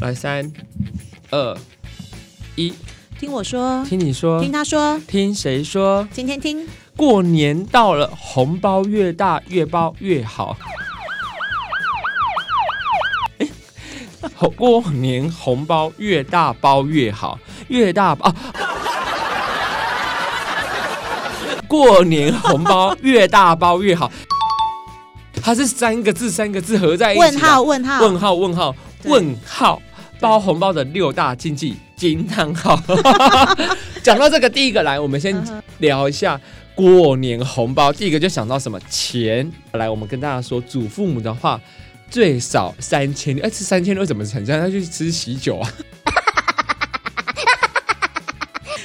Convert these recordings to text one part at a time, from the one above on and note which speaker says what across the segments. Speaker 1: 来，三、二、一，
Speaker 2: 听我说，
Speaker 1: 听你说，
Speaker 2: 听他说，
Speaker 1: 听谁说？
Speaker 2: 今天听
Speaker 1: 过年到了，红包越大越包越好。哎，红过年红包越大包越好，越大包。啊过年红包越大包越好，它是三个字，三个字合在一起的。
Speaker 2: 问号问号
Speaker 1: 哎啊问号问号
Speaker 2: 对
Speaker 1: 问号，包红包的六大禁忌惊叹 号。讲到这个，第一个来，我们先
Speaker 2: 嗯哼
Speaker 1: 聊一下过年红包。第一个就想到什么钱？来，我们跟大家说，祖父母的话最少三千，哎，吃三千六怎么成？这样他去吃喜酒 啊？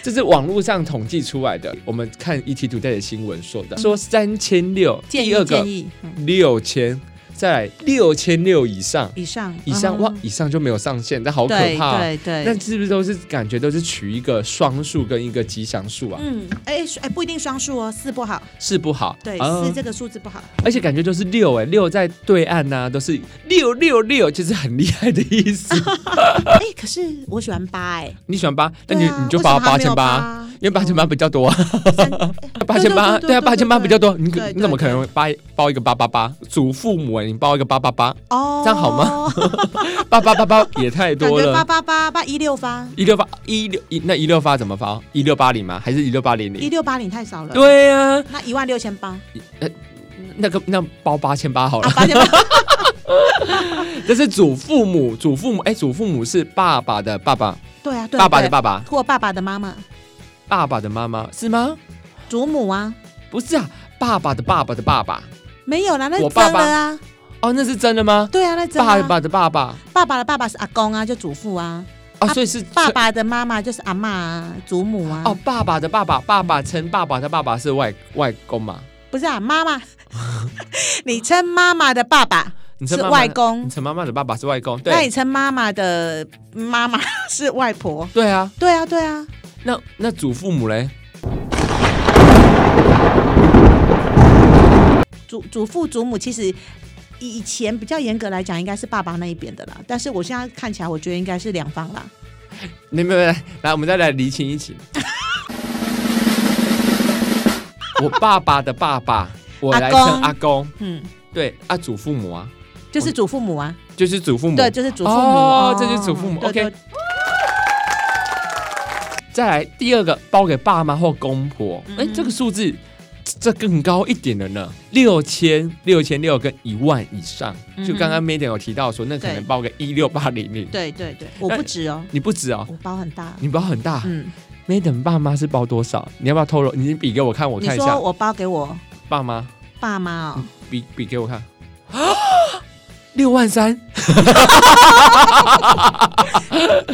Speaker 1: 这是网络上统计出来的，我们看 ET Today 的新闻说的，说三千六，
Speaker 2: 建
Speaker 1: 第二
Speaker 2: 议
Speaker 1: 个
Speaker 2: 建议、嗯
Speaker 1: 六千，再来六千六以上。
Speaker 2: 以上
Speaker 1: 以上、
Speaker 2: 嗯
Speaker 1: 哇，以上就没有上限，但好可
Speaker 2: 对
Speaker 1: 怕、啊。
Speaker 2: 对对，
Speaker 1: 那是不是都是感觉都是取一个双数跟一个吉祥数啊？
Speaker 2: 嗯，哎哎，不一定双数哦，四不好，
Speaker 1: 是不好。
Speaker 2: 对，
Speaker 1: 啊
Speaker 2: 四这个数字不好，
Speaker 1: 而且感觉就是六哎、六在对岸呐、都是六六六，就是很厉害的意 思。
Speaker 2: 哎，可是我喜欢八哎，
Speaker 1: 你喜欢八，那你、
Speaker 2: 对啊
Speaker 1: 你就
Speaker 2: 为什
Speaker 1: 八
Speaker 2: 么他
Speaker 1: 八
Speaker 2: 没
Speaker 1: 千
Speaker 2: 有
Speaker 1: 八，
Speaker 2: 八，哦
Speaker 1: 因为八千八比较多啊，
Speaker 2: 三
Speaker 1: 八千八
Speaker 2: 对对对
Speaker 1: 对啊，
Speaker 2: 对
Speaker 1: 八千八比较多，你可
Speaker 2: 对对
Speaker 1: 你怎么可能八包一个八八八？祖父母哎、你包一个八八八，
Speaker 2: 哦，
Speaker 1: 这样好 吗？八八八八也太
Speaker 2: 感
Speaker 1: 多
Speaker 2: 觉八
Speaker 1: 了。
Speaker 2: 八八八一六发，
Speaker 1: 一六八一六一那一六八怎么包？一六八零吗？还是一六八零
Speaker 2: 一
Speaker 1: 零？
Speaker 2: 六八零太少了，，
Speaker 1: 对呀、啊，
Speaker 2: 那一万六千八，
Speaker 1: 那个那包八千八好了
Speaker 2: 啊，，八千八，
Speaker 1: 这是祖父母，祖父母，哎、祖父母是爸爸的爸爸，
Speaker 2: 对啊，对
Speaker 1: 爸爸的
Speaker 2: 对
Speaker 1: 爸爸，
Speaker 2: 或爸爸的妈妈，
Speaker 1: 爸爸的妈妈是吗？
Speaker 2: 祖母啊，
Speaker 1: 不是啊，爸爸的爸爸的爸爸，
Speaker 2: 没有啦，那
Speaker 1: 我
Speaker 2: 是
Speaker 1: 爸
Speaker 2: 真
Speaker 1: 爸
Speaker 2: 的啊，
Speaker 1: 哦，那是真的吗？
Speaker 2: 对啊，那真的
Speaker 1: 爸
Speaker 2: 啊
Speaker 1: 爸的爸爸
Speaker 2: 爸爸的爸爸是阿公啊，就祖父啊，
Speaker 1: 啊，
Speaker 2: 啊
Speaker 1: 所以是
Speaker 2: 爸。爸的妈妈就是阿妈啊，祖母啊，
Speaker 1: 哦，爸爸的爸爸，爸爸称爸爸的爸爸是外外公嘛？
Speaker 2: 不是啊，妈 妈，你称妈妈的爸爸
Speaker 1: 你
Speaker 2: 是
Speaker 1: 称妈妈
Speaker 2: 外
Speaker 1: 的，
Speaker 2: 公
Speaker 1: 你，称妈妈的爸爸是外公，
Speaker 2: 那你
Speaker 1: 对
Speaker 2: 称妈妈的妈 妈是外婆。
Speaker 1: 对啊。
Speaker 2: 对啊，对啊，
Speaker 1: 那那祖父母嘞？
Speaker 2: 祖祖父祖母其实。以以前比较严格来讲，应该是爸爸那一边的啦。但是我现在看起来，我觉得应该是两方啦。
Speaker 1: 你没有来，来，我们再来厘清一 清。我爸爸的爸爸，我来
Speaker 2: 阿
Speaker 1: 称
Speaker 2: 公
Speaker 1: 阿公，
Speaker 2: 嗯，
Speaker 1: 对啊，祖父母啊，
Speaker 2: 就是祖父母啊，
Speaker 1: 就是祖父母，
Speaker 2: 对，就是祖父母。
Speaker 1: 哦这就是祖父母
Speaker 2: 对
Speaker 1: OK
Speaker 2: 对
Speaker 1: 再来第二个，包给爸妈或公婆，
Speaker 2: 嗯
Speaker 1: 哎、这个数字这这更高一点了呢，六千、六千六跟一万以上。
Speaker 2: 嗯哼
Speaker 1: 就刚刚 Maiden 有提到说，那可能
Speaker 2: 对
Speaker 1: 包个一六八零零，
Speaker 2: 对对
Speaker 1: 呃
Speaker 2: 对，我不止哦，
Speaker 1: 你不止哦，
Speaker 2: 我包很大。
Speaker 1: 你包很大。
Speaker 2: 嗯，
Speaker 1: Maiden 爸妈是包多少？你要不要透露？你比给我看，我
Speaker 2: 你
Speaker 1: 看一
Speaker 2: 说
Speaker 1: 下。
Speaker 2: 我包给我
Speaker 1: 爸妈
Speaker 2: 爸妈哦，
Speaker 1: 比比给我看， 六万三，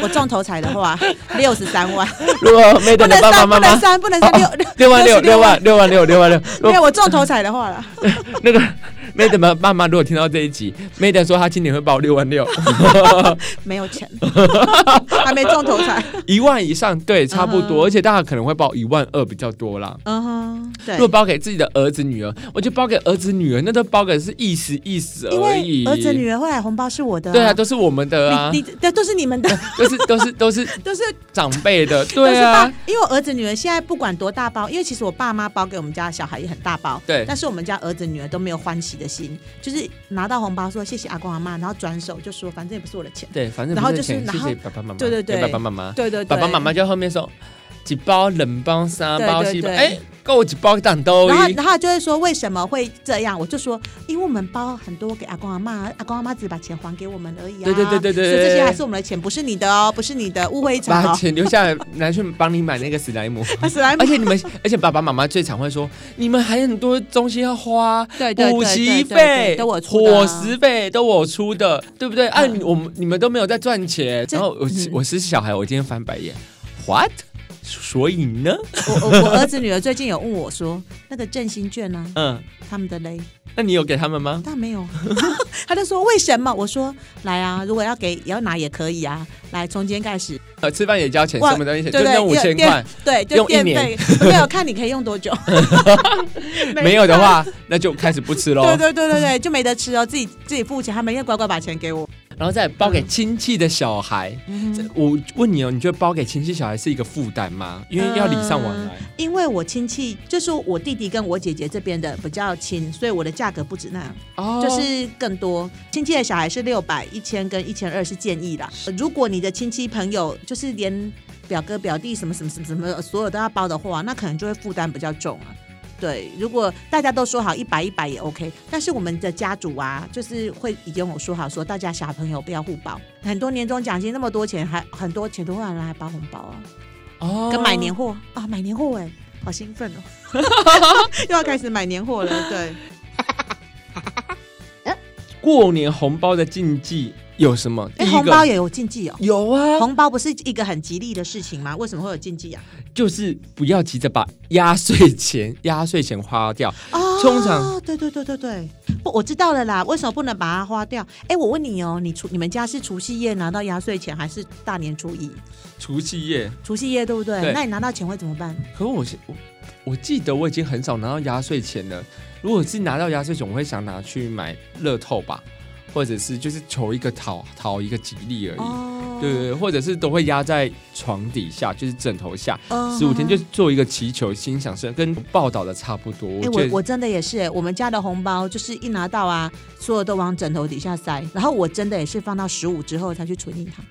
Speaker 2: 我中头彩的 话，六十三万，
Speaker 1: 如果
Speaker 2: 不
Speaker 1: Maiden 的
Speaker 2: 能
Speaker 1: 爸爸妈
Speaker 2: 三，不能
Speaker 1: 妈。
Speaker 2: 三，不能三，六六
Speaker 1: 六万六，六
Speaker 2: 66
Speaker 1: 万六万六，六万六。
Speaker 2: 没有我中头彩的话 了，
Speaker 1: 那个 Maiden 爸爸妈如果听到这一集，Maiden 说他今年会包六万六，
Speaker 2: 没有 钱，还没中头彩。
Speaker 1: 一万以上，对，差不
Speaker 2: 嗯
Speaker 1: 多，
Speaker 2: 哼
Speaker 1: 而且大家可能会报一万二比较多啦。
Speaker 2: 嗯哼，对
Speaker 1: 如果，包给自己的儿子女儿，我就包给儿子女儿，那都包给是意思意思
Speaker 2: 因
Speaker 1: 而已。
Speaker 2: 为儿子女儿后来红包是我的、
Speaker 1: 对啊，都是我们的啊
Speaker 2: 你，你对都是你们 的，
Speaker 1: 都是都是都是
Speaker 2: 都是
Speaker 1: 长辈的，
Speaker 2: 都
Speaker 1: 对
Speaker 2: 是
Speaker 1: 啊
Speaker 2: 爸，，因为我儿子女儿现在不管多大包，因为其实我爸妈包给我们家小孩也很大包，
Speaker 1: 对
Speaker 2: 但是我们家儿子女儿都没有欢喜的心，就是拿到红包说谢谢阿公阿妈，然后转手就说反正也不是我的钱，
Speaker 1: 对，反正
Speaker 2: 然后
Speaker 1: 不是
Speaker 2: 就是
Speaker 1: 钱，
Speaker 2: 然
Speaker 1: 谢
Speaker 2: 后
Speaker 1: 谢爸爸妈妈，
Speaker 2: 对对对
Speaker 1: 给爸爸妈妈，
Speaker 2: 对对对，
Speaker 1: 爸爸妈妈就在后面说几包冷包三
Speaker 2: 对
Speaker 1: 包
Speaker 2: 对
Speaker 1: 七包，
Speaker 2: 对
Speaker 1: 哎，够几包蛋豆
Speaker 2: 然后，
Speaker 1: 哦一，
Speaker 2: 然后他就会说为什么会这样？我就说，因为我们包很多给阿公阿妈，阿公阿妈只把钱还给我们而已啊。
Speaker 1: 对对对对对
Speaker 2: 所以这些还是我们的钱，不是你的哦，不是你的，误会一场
Speaker 1: 把
Speaker 2: 哦。
Speaker 1: 钱留下来拿去帮你买那个史莱姆。
Speaker 2: 他史莱姆
Speaker 1: 而，且你们，而且爸爸妈妈最常会说，你们还很多东西要花，
Speaker 2: 对对对
Speaker 1: 补习
Speaker 2: 对对对
Speaker 1: 费、
Speaker 2: 都我出的啊
Speaker 1: 伙食费都我出的，对不对？啊，
Speaker 2: 嗯
Speaker 1: 我们你们都没有在赚钱。
Speaker 2: 这
Speaker 1: 然后我
Speaker 2: 嗯
Speaker 1: 我是小孩，我今天翻白眼，what？所以呢，
Speaker 2: 我我我儿子女儿最近有问我说，那个振兴券呢、
Speaker 1: 嗯，
Speaker 2: 他们的嘞，
Speaker 1: 那你有给他们吗？
Speaker 2: 但没有， 他就说为什么？我说来啊，如果要给也要拿也可以啊，来从今天开始，
Speaker 1: 呃，吃饭也交钱，
Speaker 2: 哇
Speaker 1: 什么东西
Speaker 2: 对
Speaker 1: 钱，
Speaker 2: 对
Speaker 1: 就那五千块，，
Speaker 2: 对，就
Speaker 1: 用一
Speaker 2: 电费
Speaker 1: 年，
Speaker 2: 没有看你可以 用多久，
Speaker 1: 没有的话，那就开始不吃喽。
Speaker 2: 对对对对对，就没得吃哦，自己自己付钱，他们要乖乖把钱给我。
Speaker 1: 然后再包给亲戚的小孩。这嗯我问你哦，你觉得包给亲戚小孩是一个负担吗？因为要礼尚往来。
Speaker 2: 因为我亲戚就是我弟弟跟我姐姐这边的比较亲，所以我的价格不止那样，
Speaker 1: 哦
Speaker 2: 就是更多。亲戚的小孩是六百、一千跟一千二是建议啦。如果你的亲戚朋友就是连表哥表弟什么什么什么什么所有都要包的话，那可能就会负担比较重啊。对，如果大家都说好一百一百也 OK，但是我们的家族啊，就是会已经有说好说大家小朋友不要互包，很多年终奖金那么多钱，还很多钱都会拿来包红包啊。
Speaker 1: 哦
Speaker 2: 跟买年货啊、买年 货哎，好兴奋哦，又要开始买年货 了。对，
Speaker 1: 过年红包的禁忌有什么？第
Speaker 2: 哎、
Speaker 1: 一
Speaker 2: 红
Speaker 1: 个
Speaker 2: 包也有禁忌哦。
Speaker 1: 有啊，
Speaker 2: 红包不是一个很吉利的事情吗？为什么会有禁忌啊？
Speaker 1: 就是不要急着把压岁钱压岁钱花掉。
Speaker 2: 哦
Speaker 1: 通常，
Speaker 2: 对对对对对，不，我知道了啦。为什么不能把它花掉？哎、我问你哦，你除你们家是除夕夜拿到压岁钱，还是大年初一？
Speaker 1: 除夕夜，
Speaker 2: 除夕夜对不对？
Speaker 1: 对
Speaker 2: 那你拿到钱会怎么办？
Speaker 1: 可我是我我记得我已经很少拿到压岁钱了。如果是拿到压岁钱，我会想拿去买乐透吧，或者是就是求一个讨讨一个吉利而已。
Speaker 2: 哦
Speaker 1: 对对，对，或者是都会压在床底下，就是枕头下，
Speaker 2: 嗯
Speaker 1: 十五天就
Speaker 2: 哎、
Speaker 1: 做一个祈求心想事，跟报道的差不多。我觉
Speaker 2: 我
Speaker 1: 得
Speaker 2: 我真的也是、哎我们家的红包就是一拿到啊，所有都往枕头底下塞，然后我真的也是放到十五之后才去存银行。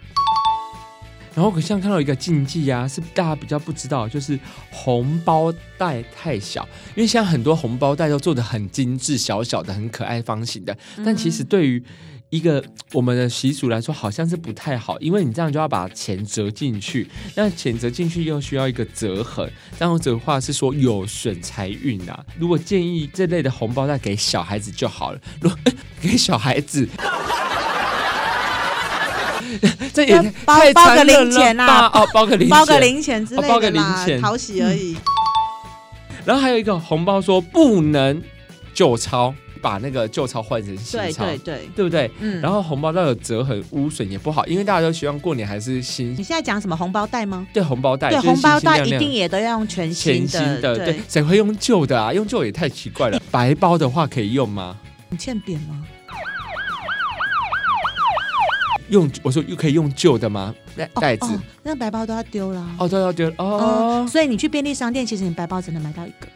Speaker 1: 然后我像看到一个禁忌啊，是大家比较不知道，就是红包袋太小，因为现在很多红包袋都做的很精致，小小的，很可爱，方形的。
Speaker 2: 嗯
Speaker 1: 但其实对于一个我们的习俗来说，好像是不太好，因为你这样就要把钱折进去，那钱折进去又需要一个折痕，这样子的话是说有损财运啊。如果建议这类的红包袋给小孩子就好了，如果给小孩子。 这也
Speaker 2: 要
Speaker 1: 太太
Speaker 2: 包包个
Speaker 1: 残忍
Speaker 2: 零钱
Speaker 1: 了
Speaker 2: 啊
Speaker 1: 吧哦，包个零
Speaker 2: 包个
Speaker 1: 钱
Speaker 2: 零钱之类的啦，
Speaker 1: 哦包个零钱嗯
Speaker 2: 讨喜而已。
Speaker 1: 然后还有一个红包说不能旧钞，把那个旧钞换成新
Speaker 2: 对
Speaker 1: 钞，
Speaker 2: 对对，
Speaker 1: 对不对？
Speaker 2: 嗯。
Speaker 1: 然后红包袋有折痕、污损也不好，因为大家都希望过年还是新
Speaker 2: 你现在讲什么红包袋吗？
Speaker 1: 对红包袋，
Speaker 2: 对，
Speaker 1: 就是
Speaker 2: 红
Speaker 1: 新
Speaker 2: 包
Speaker 1: 新
Speaker 2: 袋
Speaker 1: 亮
Speaker 2: 一
Speaker 1: 亮
Speaker 2: 定也都要用全新
Speaker 1: 全
Speaker 2: 的。
Speaker 1: 新的，
Speaker 2: 对
Speaker 1: 对，，谁会用旧的啊？用旧也太奇怪 了。白包的话可以用吗？
Speaker 2: 你欠扁吗？
Speaker 1: 用我说又可以用旧的吗？袋
Speaker 2: 哦
Speaker 1: 袋子
Speaker 2: 哦，那白包都要丢啦。
Speaker 1: 哦，对对对，
Speaker 2: 哦，
Speaker 1: 哦
Speaker 2: 所以你去便利商店，其实你白包只能买到一个，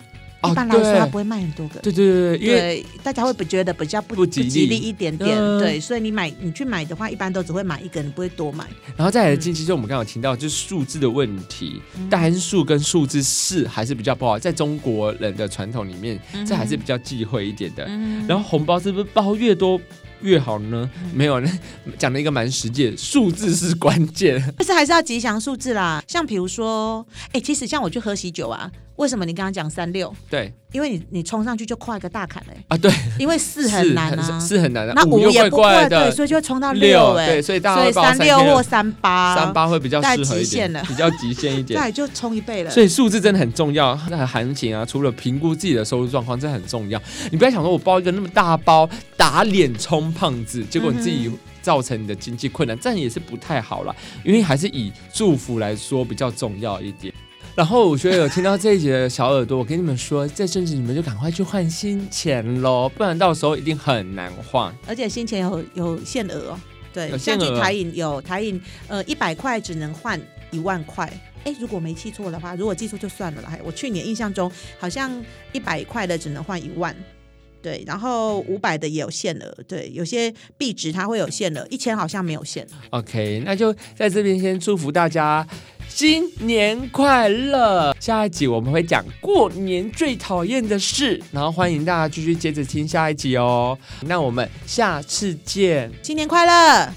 Speaker 2: 一
Speaker 1: 哦，
Speaker 2: 般来说它
Speaker 1: 对
Speaker 2: 不会卖很多个。
Speaker 1: 对对对，因为
Speaker 2: 对，大家会不觉得比较不
Speaker 1: 不吉利
Speaker 2: 利一点点，
Speaker 1: 嗯
Speaker 2: 对，所以你买你去买的话，一般都只会买一个，你不会多买。
Speaker 1: 然后再
Speaker 2: 嗯
Speaker 1: 来的禁忌，就我们刚刚有提到，就是数字的问题，单数跟数字四还是比较不好，在中国人的传统里面，这还是比较忌讳一点的。
Speaker 2: 嗯，
Speaker 1: 然后红包是不是包越多越好呢？没有，那讲了一个蛮实际的，数字是关 键。
Speaker 2: 但是还是要吉祥数字啦，像比如说，哎、其实像我去喝喜酒啊，为什么你刚刚讲三六？
Speaker 1: 对
Speaker 2: 因为你你冲上去就跨一个大坎嘞、
Speaker 1: 啊，对，
Speaker 2: 因为四很难啊，
Speaker 1: 是很难的，
Speaker 2: 那
Speaker 1: 五
Speaker 2: 五
Speaker 1: 又怪
Speaker 2: 也不会
Speaker 1: 怪
Speaker 2: 对，
Speaker 1: 的，
Speaker 2: 所以就会冲到
Speaker 1: 六
Speaker 2: 哎、
Speaker 1: 对，所以大家
Speaker 2: 所
Speaker 1: 会
Speaker 2: 以
Speaker 1: 报
Speaker 2: 三
Speaker 1: 六
Speaker 2: 六或三八，
Speaker 1: 三八会比较
Speaker 2: 太
Speaker 1: 适合
Speaker 2: 极
Speaker 1: 一
Speaker 2: 限
Speaker 1: 点
Speaker 2: 了，
Speaker 1: 比较极限一点。
Speaker 2: 对，就冲一倍了。
Speaker 1: 所以数字真的很重要。那行情啊，除了评估自己的收入状况，这很重要。你不要想说我包一个那么大包，打脸充胖子，结果你自己造成你的经济困难，这样也是不太好啦。因为还是以祝福来说比较重要一点。然后我觉得有听到这一节的小耳朵，我跟你们说，这阵子你们就赶快去换新钱喽，不然到时候一定很难换。
Speaker 2: 而且先前有有限额哦，对，
Speaker 1: 有限
Speaker 2: 像去
Speaker 1: 额啊
Speaker 2: 台银有台银，呃，一百块只能换一万块。哎，如果没记错的话，如果记错就算了啦。哎我去年印象中好像一百块的只能换一万，对，然后五百的也有限额，对，有些币值它会有限额，一千好像没有限。
Speaker 1: OK，那就在这边先祝福大家新年快乐。下一集我们会讲过年最讨厌的事，然后欢迎大家继续接着听下一集哦。那我们下次见。
Speaker 2: 新年快乐！